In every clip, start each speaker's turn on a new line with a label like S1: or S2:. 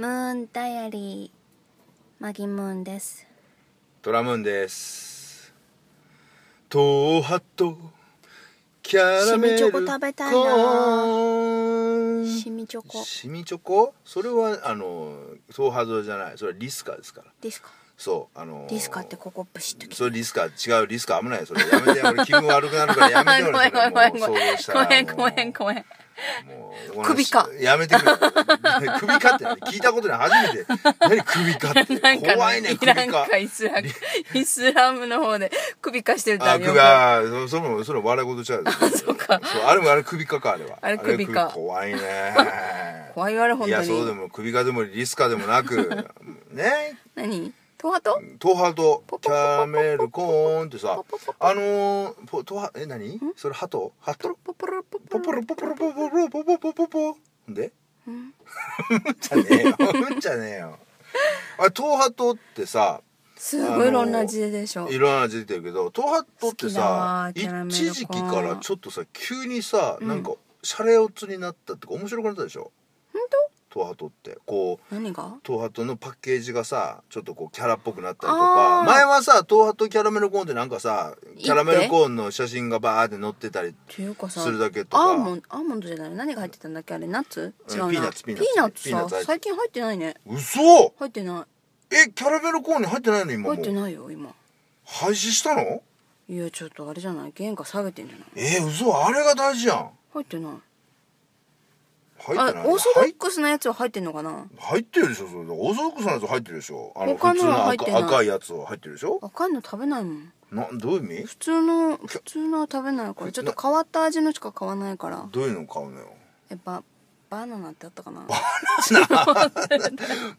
S1: ンダイアリーマギムーンです
S2: ドラムーンですトーハットキャラメル
S1: シミチョコ食べたいな
S2: コーン
S1: シミチョコ
S2: シミチョコそれはあのトーハドじゃないそれはリスカですから
S1: ですか
S2: そうあの
S1: ディスカってここプシッとき
S2: それリスカ違うリスカ危ないそれやめて俺気分悪くなるからやめて俺それもう想像したら
S1: ごめんごめんごめん
S2: もう
S1: 首か
S2: やめてくれ首かって何聞いたことない初めて何首かっ
S1: なん
S2: て
S1: か
S2: 怖いね
S1: イ
S2: 首
S1: ラ
S2: か
S1: ンかイスラムイスラムの方で首かしてるって
S2: あ、
S1: る
S2: 首、あー、そそれも、それも笑い事ちゃう。あ、そう
S1: か。
S2: あれも、あれ首かか、あれは。
S1: あれ首か
S2: 怖いね。
S1: 怖いわれ本
S2: い
S1: 当
S2: や、そうで
S1: に
S2: も、首かでも、リスかでもなく。ね。
S1: 何トマト
S2: トハト、キャラメルコーンってさ。あのー、ポ、トハ、え、何それ、ハト、ハト。
S1: ポポロポポ
S2: ポ
S1: ロ
S2: ポロポポロポポロポポポポポ。で。うんじゃねえよ。うんじゃねえよ。あれ、トハトってさ。
S1: すごいいろんな味でしょ
S2: いろんな味出てるけどトハットって
S1: 好きだわ
S2: さ
S1: キャラメルコーン
S2: 一時期からちょっとさ急にさ、なんかシャレオツになったってか面白くなったでしょトハットってこう
S1: 何が
S2: トハットのパッケージがさちょっとこうキャラっぽくなったりと
S1: あー
S2: か前はさトハットキャラメルコーンってなんかさ
S1: て
S2: キャラメルコーンの写真がバーって載ってたり
S1: っていうかさ
S2: するだけとか
S1: アーモンアーモンドじゃない何が入ってたんだっけあれナッツ
S2: うん
S1: 違うな
S2: ピーナッツピーナッツ
S1: ピ
S2: ピーナッツ入
S1: さ
S2: って
S1: 最近入ってないね
S2: 嘘
S1: 入ってな
S2: えキャラメルコーンに入ってないの
S1: い
S2: 今
S1: 入って
S2: もう
S1: ないよ今
S2: 廃止したの
S1: いやちょっとあれじゃない原価下げてんじゃない
S2: えー、嘘あれが大事やん
S1: 入ってない
S2: 入ってない
S1: あオーソド
S2: 入っ
S1: ックスなやつは入ってんのかな
S2: 入ってるでしょそれオーソドックスなやつ入ってるでしょあの
S1: 他の
S2: 普通
S1: は
S2: の
S1: 入ってない
S2: 赤赤いやつは入ってるでしょ
S1: 赤いの食べないもん
S2: などういう意味
S1: 普通の普通のは食べないからちょっと変わった味のしか買わないから
S2: どういうの買う のよ
S1: やっぱバナナってあったかな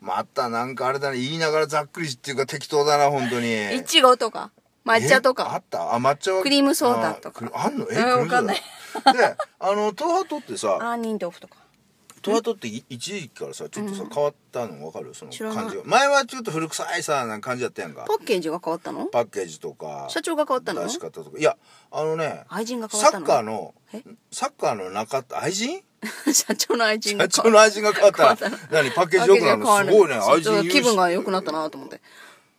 S2: またなんかあれだね言いながらざっくりっていうか適当だな本当 に
S1: いちごとか抹茶と
S2: えあ
S1: か
S2: ったあ抹茶は
S1: クリームソーダとか
S2: あくあんのえ
S1: うんわかん
S2: ク
S1: な
S2: リ
S1: い
S2: ームソーダであのトマトって
S1: ア
S2: さ
S1: ーニン豆腐とか
S2: トマトってい一時期からさちょっとさ、変わったの分かるその
S1: 知らない
S2: 感じが前はちょっと古臭いさなんか感じだったやんか
S1: パッケージが変わったの
S2: パッケージとか
S1: 社長が変わったの
S2: 出し方とかいやあのね
S1: 愛人が変わっ
S2: サ
S1: た
S2: ッ
S1: の
S2: カーの
S1: え
S2: サッカーの中田愛人
S1: 社長の愛人が
S2: 社
S1: 変
S2: 長
S1: わ
S2: の愛人が変わったら何パッケージ良くなるのすごいね愛人
S1: 気分が
S2: 優秀
S1: 良くなったなと思って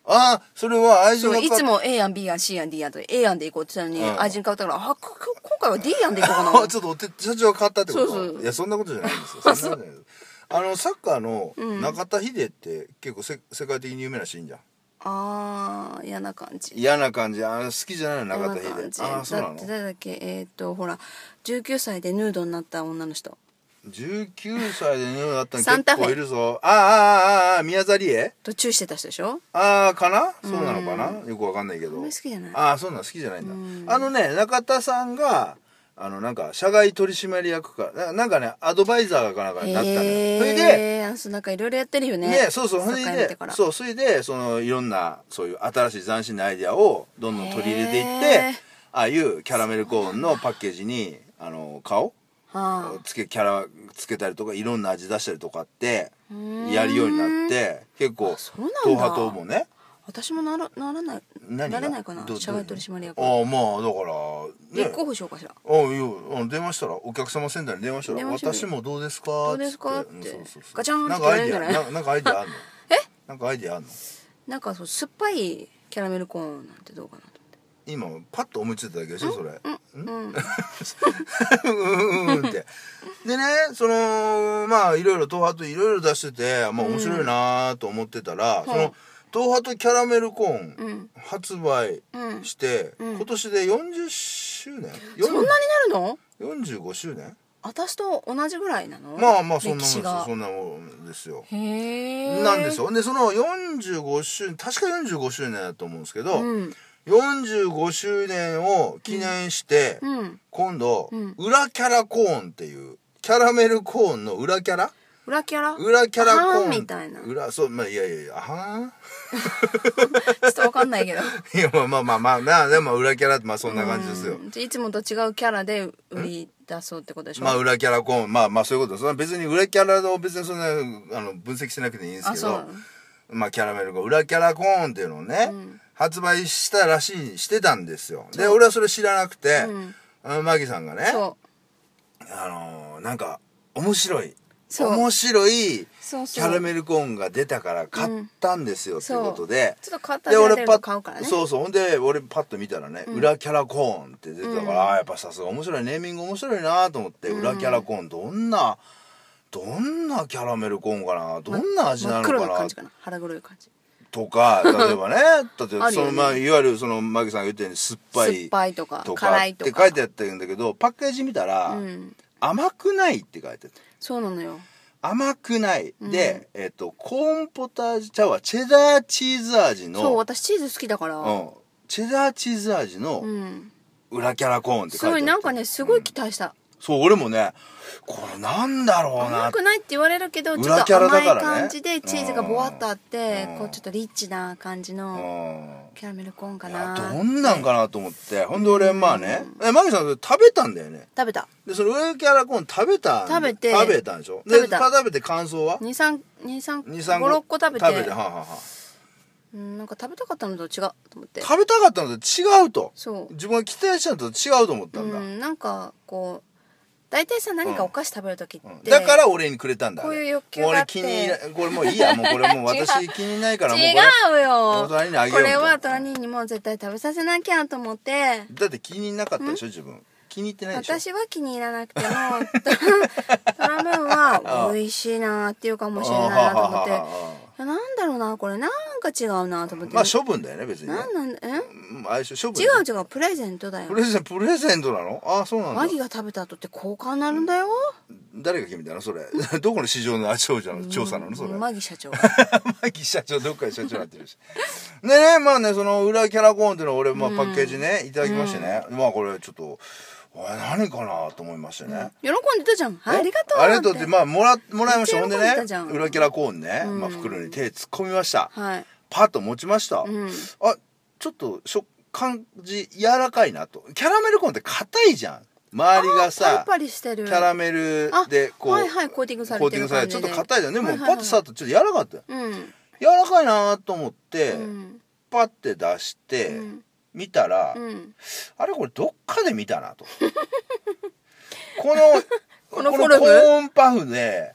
S2: ああそれは愛人
S1: そ
S2: が
S1: う
S2: 変
S1: い
S2: わっ
S1: つ
S2: た
S1: も A 案 B 案 C 案 D 案と A 案で行こうって言ったのに、
S2: うん
S1: 愛人変わったからあここ今回は D 案で行こうか
S2: あ
S1: な
S2: ちょっとお手社長が変わったってこと
S1: そうそう
S2: いやそんなことじゃないんですよそんなことじゃないですあのサッカーの中田秀って結構せ世界的に有名なシーンじゃん
S1: あー嫌な感じ
S2: 嫌な感じあの好きじゃないの
S1: 嫌
S2: 中
S1: な
S2: 田
S1: 感じ
S2: 秀ああそうな
S1: だっ
S2: の
S1: て誰だっけえーっとほら19歳でヌードになった女の人
S2: 19歳でヌーだったの
S1: サンタ
S2: 結
S1: フェ
S2: 構いるぞああああああ宮沢りえ
S1: とチューしてた人でしょ
S2: ああかなそうなのかなよくわかんないけど
S1: あんまり好きじゃない
S2: ああそうなの好きじゃないんだあのね中田さんがあのなんか社外取締役かななんかねアドバイザーかなんかになったのよそれで
S1: えー、あの人なんかいろいろやってるよね
S2: ねそうそうそれ
S1: 境目
S2: で
S1: てから
S2: そうそれでそのいろんなそういう新しい斬新なアイディアをどんどん取り入れていっ
S1: へー
S2: てああいうキャラメルコーンのパッケージにあの顔
S1: はあ
S2: つけキャラつけたりとかいろんな味出したりとかって
S1: ーん
S2: やるようになって結構
S1: そうなんだ
S2: 東波東もね
S1: 私もならならない
S2: 何が
S1: なれないかな
S2: ど
S1: 社外取締役
S2: どういうのああまあだから
S1: 立候補しようかしら
S2: ああいいよあの電話したらお客様センターに電話した
S1: 電
S2: ら
S1: 話してみる
S2: 私もどうですか
S1: うですかっ
S2: つ
S1: て
S2: うんそうそうそう
S1: ガチャンって
S2: なんかアイディア
S1: やるんじゃない
S2: ななんかアイディアあんのえなんかアイディアあんの
S1: なんかそう酸っぱいキャラメルコーンなんてどうかなと
S2: 今パッと思いついただけでしょそれ
S1: 思って、
S2: うんうんってでねそのまあいろいろ東波といろいろ出しててまあ面白いなーと思ってたら、その東波とキャラメルコー
S1: う
S2: ン
S1: ん
S2: 発売
S1: うん
S2: して、
S1: うん
S2: 今年で40周年
S1: うん、そんなになるの
S2: 45周年
S1: 私と同じぐらいなの
S2: まあまあそん
S1: 歴
S2: なもんです
S1: 史
S2: よ
S1: が
S2: そんなもんですよ。
S1: へえ
S2: なんですよ。でその45周年確か45周年だと思うんですけど、
S1: うん
S2: 45周年を記念して、
S1: うん
S2: 今度、
S1: うん
S2: 裏キャラコーンっていうキャラメルコーンの裏キャラ
S1: 裏キャラ
S2: 裏キャラコーン
S1: あーみたいなちょ
S2: 裏そうまあいやいやいやあは
S1: っとわかんないけ ど
S2: ーんいやまあまあまあまあまあでも裏キャラってまあそんな感じですよ。
S1: うんいつもと違うキャラで売り出そうってことでしょ、
S2: まあ裏キャラコーンまあまあそういうことですそんな別に裏キャラを別にそんなあの分析しなくていいんです
S1: あ
S2: け
S1: そうな
S2: ど
S1: の
S2: まあキャラメルが裏キャラコーンっていうのをね、
S1: うん
S2: 発売したらしいしてたんですよで俺はそれ知らなくて、
S1: うん
S2: あのマギさんがね
S1: そ
S2: あのーなんか面白いう
S1: そう
S2: 面白い
S1: そう
S2: キ
S1: そう
S2: ャラメルコーンが出たから買ったんですよ、ということで。
S1: ちょっと買った
S2: で
S1: ら出
S2: 俺
S1: る
S2: パ
S1: の
S2: ッ
S1: 買うからね
S2: そうそうほんで俺パッと見たらね「裏キャラコーン」って出てたから、あーやっぱさすが面白いネーミング面白いなと思って、裏キャラコーンどんなどんなキャラメルコーンかなどんな味
S1: 真
S2: な
S1: っ
S2: の
S1: 黒
S2: か
S1: な
S2: な
S1: 感じかな腹黒い感じ
S2: とか例え ばね例えば
S1: ある
S2: そ
S1: よね
S2: の、まあ、いわゆるそのマギさんが言ったように酸っぱ
S1: 酸っ
S2: い
S1: ぱいとか
S2: とか
S1: 辛
S2: っ
S1: い
S2: て
S1: とか
S2: 書いてあったんだけどパッケージ見たら、
S1: うん
S2: 甘くないって書いてあった。
S1: そうなのよ
S2: 甘くない、で、えっとコーンポタージュ茶はチェダーチーズ味の
S1: そう私チーズ好きだから
S2: うん、チェダーチーズ味
S1: う
S2: の
S1: ん
S2: 裏キャラコーンっ
S1: す
S2: て書いて
S1: ご
S2: あ
S1: い
S2: る
S1: なんかねすごい期待した
S2: そう俺もねこれなんだろうな
S1: 甘くないって言われるけどちょ
S2: 裏
S1: っ
S2: キ
S1: と
S2: ャラだか
S1: 甘
S2: ら
S1: い
S2: ね
S1: 感じでチーズがボワッとあって
S2: うん
S1: こうちょっとリッチな感じ
S2: う
S1: の
S2: ん
S1: キャラメルコーンか
S2: いや
S1: な
S2: どんなんかなと思ってほんで俺まあねえマギさんそれ食べたんだよね
S1: 食べた
S2: でその裏キャラコーン食べたん
S1: 食べて
S2: 食べたんでしょで
S1: 食べた
S2: 食べて感想は23
S1: 2356個食べて
S2: 食べてはんはんはん
S1: うんなんか食べたかったのと違うと思って
S2: 食べたかったのと違うと
S1: そう
S2: 自分が期待したのと違うと思った
S1: うん
S2: だ、うん
S1: んなんかこう大体さ何かお菓子食べる時って
S2: だから俺にくれたんだ
S1: こういう欲求があって
S2: 俺気に入らこれもう いいやもうこれもう
S1: 違う
S2: 私気に入らないからもうこれ
S1: 違うよ
S2: 隣にあげよ
S1: こ
S2: うみたい
S1: れ
S2: な
S1: は隣にもう絶対食べさせなきゃと思って
S2: だって気になかったでしょ自分気に入ってないでしょ
S1: 私は気に入らなくてもトラムーンは美味しいなっていうかもしれないなと思ってい
S2: あああああ
S1: やなんだろうなこれなんか違うなと思っ
S2: あ
S1: て、
S2: まあ処分だよね別にね
S1: なんなんだえ
S2: うんあれでしょ処分
S1: 違う違うプレゼントだよ
S2: プレゼンプレゼントなのあそうなん
S1: マギ
S2: だ
S1: が食べた後って交換になるんだよ
S2: 誰が決めたのそれ どこの市場のあ調査なの調査なのそれマ
S1: マギ 社長
S2: ギ社長どっかで社長になってるしでねまあねその裏キャラコーンっていうのを俺、まあ、パッケージねいただきましてね、まあこれちょっとおい何かなと思いましてね、
S1: 喜んでたじゃんありがとう
S2: ありがとうっ
S1: ってて
S2: まあもらもらいました
S1: めっ
S2: ほん
S1: ち
S2: で
S1: ゃ喜ん
S2: ね
S1: でたじゃん
S2: 裏キャラコーンね、まあ、袋に手突っ込みました、
S1: はい
S2: パッと持ちました、
S1: うん
S2: あちょっと食感じ柔らかいなとキャラメルコーンって硬いじゃん周りが
S1: パリ
S2: さ
S1: パリして
S2: キ
S1: る
S2: ャラメルでこう、
S1: はいはいコーティングされ
S2: コーテ
S1: て
S2: ィング
S1: る
S2: さ
S1: 感じ
S2: れてちょ
S1: で
S2: っと硬いじゃんでも、
S1: はいはいは
S2: パ
S1: い
S2: ッと触るとちょっと柔らかかったよ
S1: うん
S2: 柔らかいなと思って、
S1: うん
S2: パッて出して、
S1: うん
S2: 見たら、
S1: うん
S2: あれこれどっかで見たなとこの
S1: この
S2: この
S1: フォル
S2: コ
S1: ム
S2: ーンパフで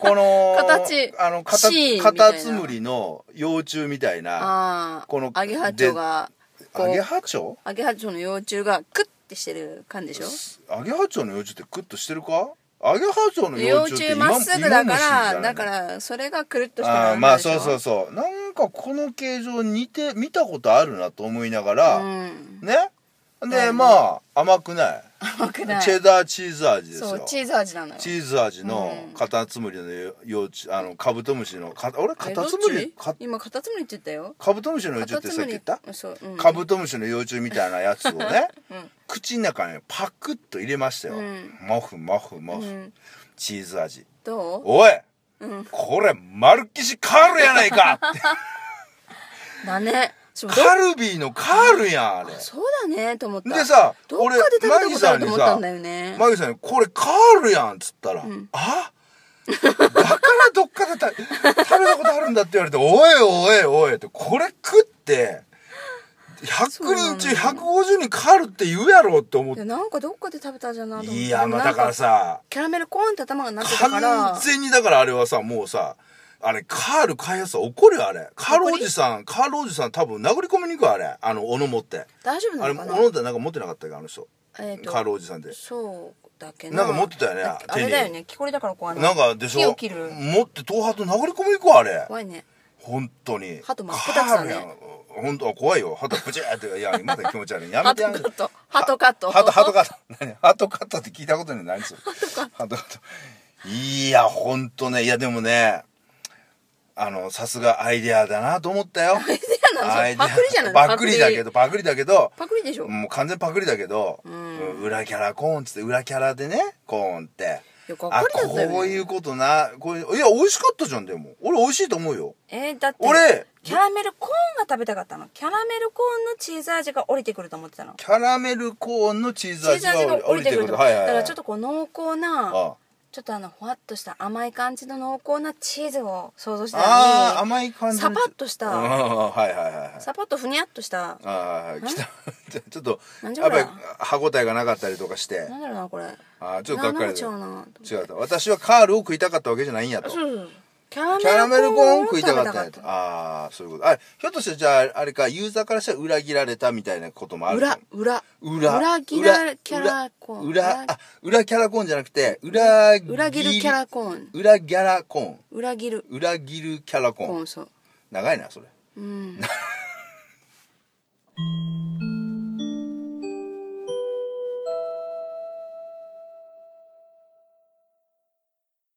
S2: この
S1: 形
S2: あのカタ
S1: C みた
S2: カ
S1: いな
S2: タツムリの幼虫みたいな
S1: ああ
S2: この
S1: アゲハチョウがこ
S2: ア
S1: う
S2: ゲハチョウ
S1: アゲハチョウの幼虫がクッてしてる感じでしょ
S2: アゲハチョウの幼虫ってクッとしてるかアゲハチョウの幼
S1: 幼
S2: 虫っ
S1: 虫
S2: て今
S1: まっすぐだ
S2: 芋虫
S1: か
S2: じゃな
S1: ら
S2: いの
S1: だからそれがくるっとした感
S2: あー
S1: じ
S2: まあ
S1: でしょ
S2: そうそうそうなんかこの形状似て見たことあるなと思いながら、
S1: うん
S2: ねで、
S1: うん
S2: まあ甘くない
S1: 甘くない
S2: チェダーチーズ味ですよ
S1: そうチーズ味なのよ
S2: チーズ味の
S1: うん
S2: カタツムリの幼虫あのカブトムシのか俺カタツム
S1: え
S2: リ
S1: どっ
S2: か
S1: ち今カタツムリって言ったよ
S2: カブトムシの幼
S1: カ
S2: 虫
S1: タ
S2: って
S1: ツ
S2: さ
S1: ム
S2: っき
S1: リ
S2: 言った
S1: そう、うん、
S2: カブトムシの幼虫みたいなやつをね、
S1: ん
S2: 口の中にパクッと入れましたよ、
S1: うん
S2: モフモフモフ、
S1: うん
S2: チーズ味
S1: ど
S2: おい、
S1: うん
S2: これマルキシカールやないか
S1: うだねそうど
S2: カルビーのカールやんあれ
S1: そうだねと思った
S2: でさ
S1: どっかで食べたことあると思ったんだよね
S2: マギさんに「これカールやん」っつったら「あだからどっかでた食べたことあるんだ」って言われて「おいおいおい」ってこれ食って100人中150人カールって言うやろって思っ
S1: い
S2: て
S1: やなんかどっかで食べたじゃんなと思って
S2: いやまあ
S1: な
S2: だ
S1: ん
S2: からさ
S1: キャラメルコーンって頭がなってたから
S2: 完全にだからあれはさもうさあれカール開発さ怒るよあれカールおじさんカールおじさん多分殴り込みに行くよあれあの斧持って
S1: 大丈夫
S2: あ
S1: な
S2: れ
S1: のかな
S2: 斧ってなんか持ってなかったっけあの人
S1: えっ、
S2: カー
S1: と
S2: ルおじさんで
S1: そうだっけ
S2: なんか持ってたよね
S1: だっけあ
S2: 手に
S1: れだよね木こりだからこうあの
S2: なんかでし
S1: 木
S2: ょ
S1: を切る
S2: 持って頭髪と殴り込み行くわあれ
S1: 怖いね
S2: 本当に
S1: 鳩真っ二つだね
S2: カールやん本当は怖いよ鳩ブチャーっていやまだ気持ち悪いやめてやめて
S1: 鳩カット鳩カット
S2: は鳩鳩カット何鳩カットって聞いたことない何それ鳩カットいや本当ねいやでもねあのさすがアイデアだなと思ったよ
S1: アイデアなのパクリじゃないの
S2: パクリだけどパクリだけど
S1: パクリでしょ、
S2: もう完全パクリだけど、うん裏キャラコーンっつって裏キャラでねコーンって
S1: よくわかりだったよね
S2: あこういうことなこういういや美味しかったじゃんでも俺美味しいと思うよ
S1: えーだって
S2: 俺
S1: キャラメルコーンが食べたかったのキャラメルコーンのチーズ味が降りてくると思ってたの
S2: キャラメルコーンのチー
S1: チ
S2: ズ
S1: ー
S2: 味
S1: ズ味
S2: が
S1: が降
S2: 降り
S1: りて
S2: て
S1: くる
S2: くる
S1: と
S2: とはいはいはい
S1: だからちょっとこう濃厚な
S2: あ
S1: ちょっとあのほわっとした甘い感じの濃厚なチーズを想像してたのに
S2: あー甘い感じ
S1: サパッとし
S2: うん
S1: た
S2: はいはいはいはい
S1: サパッとふにゃっとした
S2: あーはいはい来たちょっと
S1: なんじゃ
S2: やっ
S1: こり
S2: ぱ
S1: ゃ
S2: り歯応えがなかったりとかして
S1: なんだろうなこれ
S2: あーちょっとがっか
S1: な
S2: りだ
S1: んか違うなと思って
S2: 違うと私はカールを食いたかったわけじゃないんやと
S1: そうそうそうキキャ
S2: キャラ
S1: ラメ
S2: メル
S1: ル
S2: コ
S1: コ
S2: ー
S1: ー
S2: ン
S1: ンを
S2: 食
S1: 食
S2: い
S1: い
S2: た
S1: た
S2: か
S1: か
S2: っ
S1: ったた
S2: んやとああそういうことあれひょっとしてじゃああれかユーザーからしたら裏切られたみたいなこともあるか
S1: 裏裏
S2: 裏
S1: 裏切らキャラコーン
S2: 裏裏あ裏キャラコーンじゃなくて裏切り
S1: 裏切るキャラコーン
S2: 裏キャラコーン
S1: 裏切る
S2: 裏切るキャラコーン
S1: コーンそう
S2: 長いなそれ
S1: うん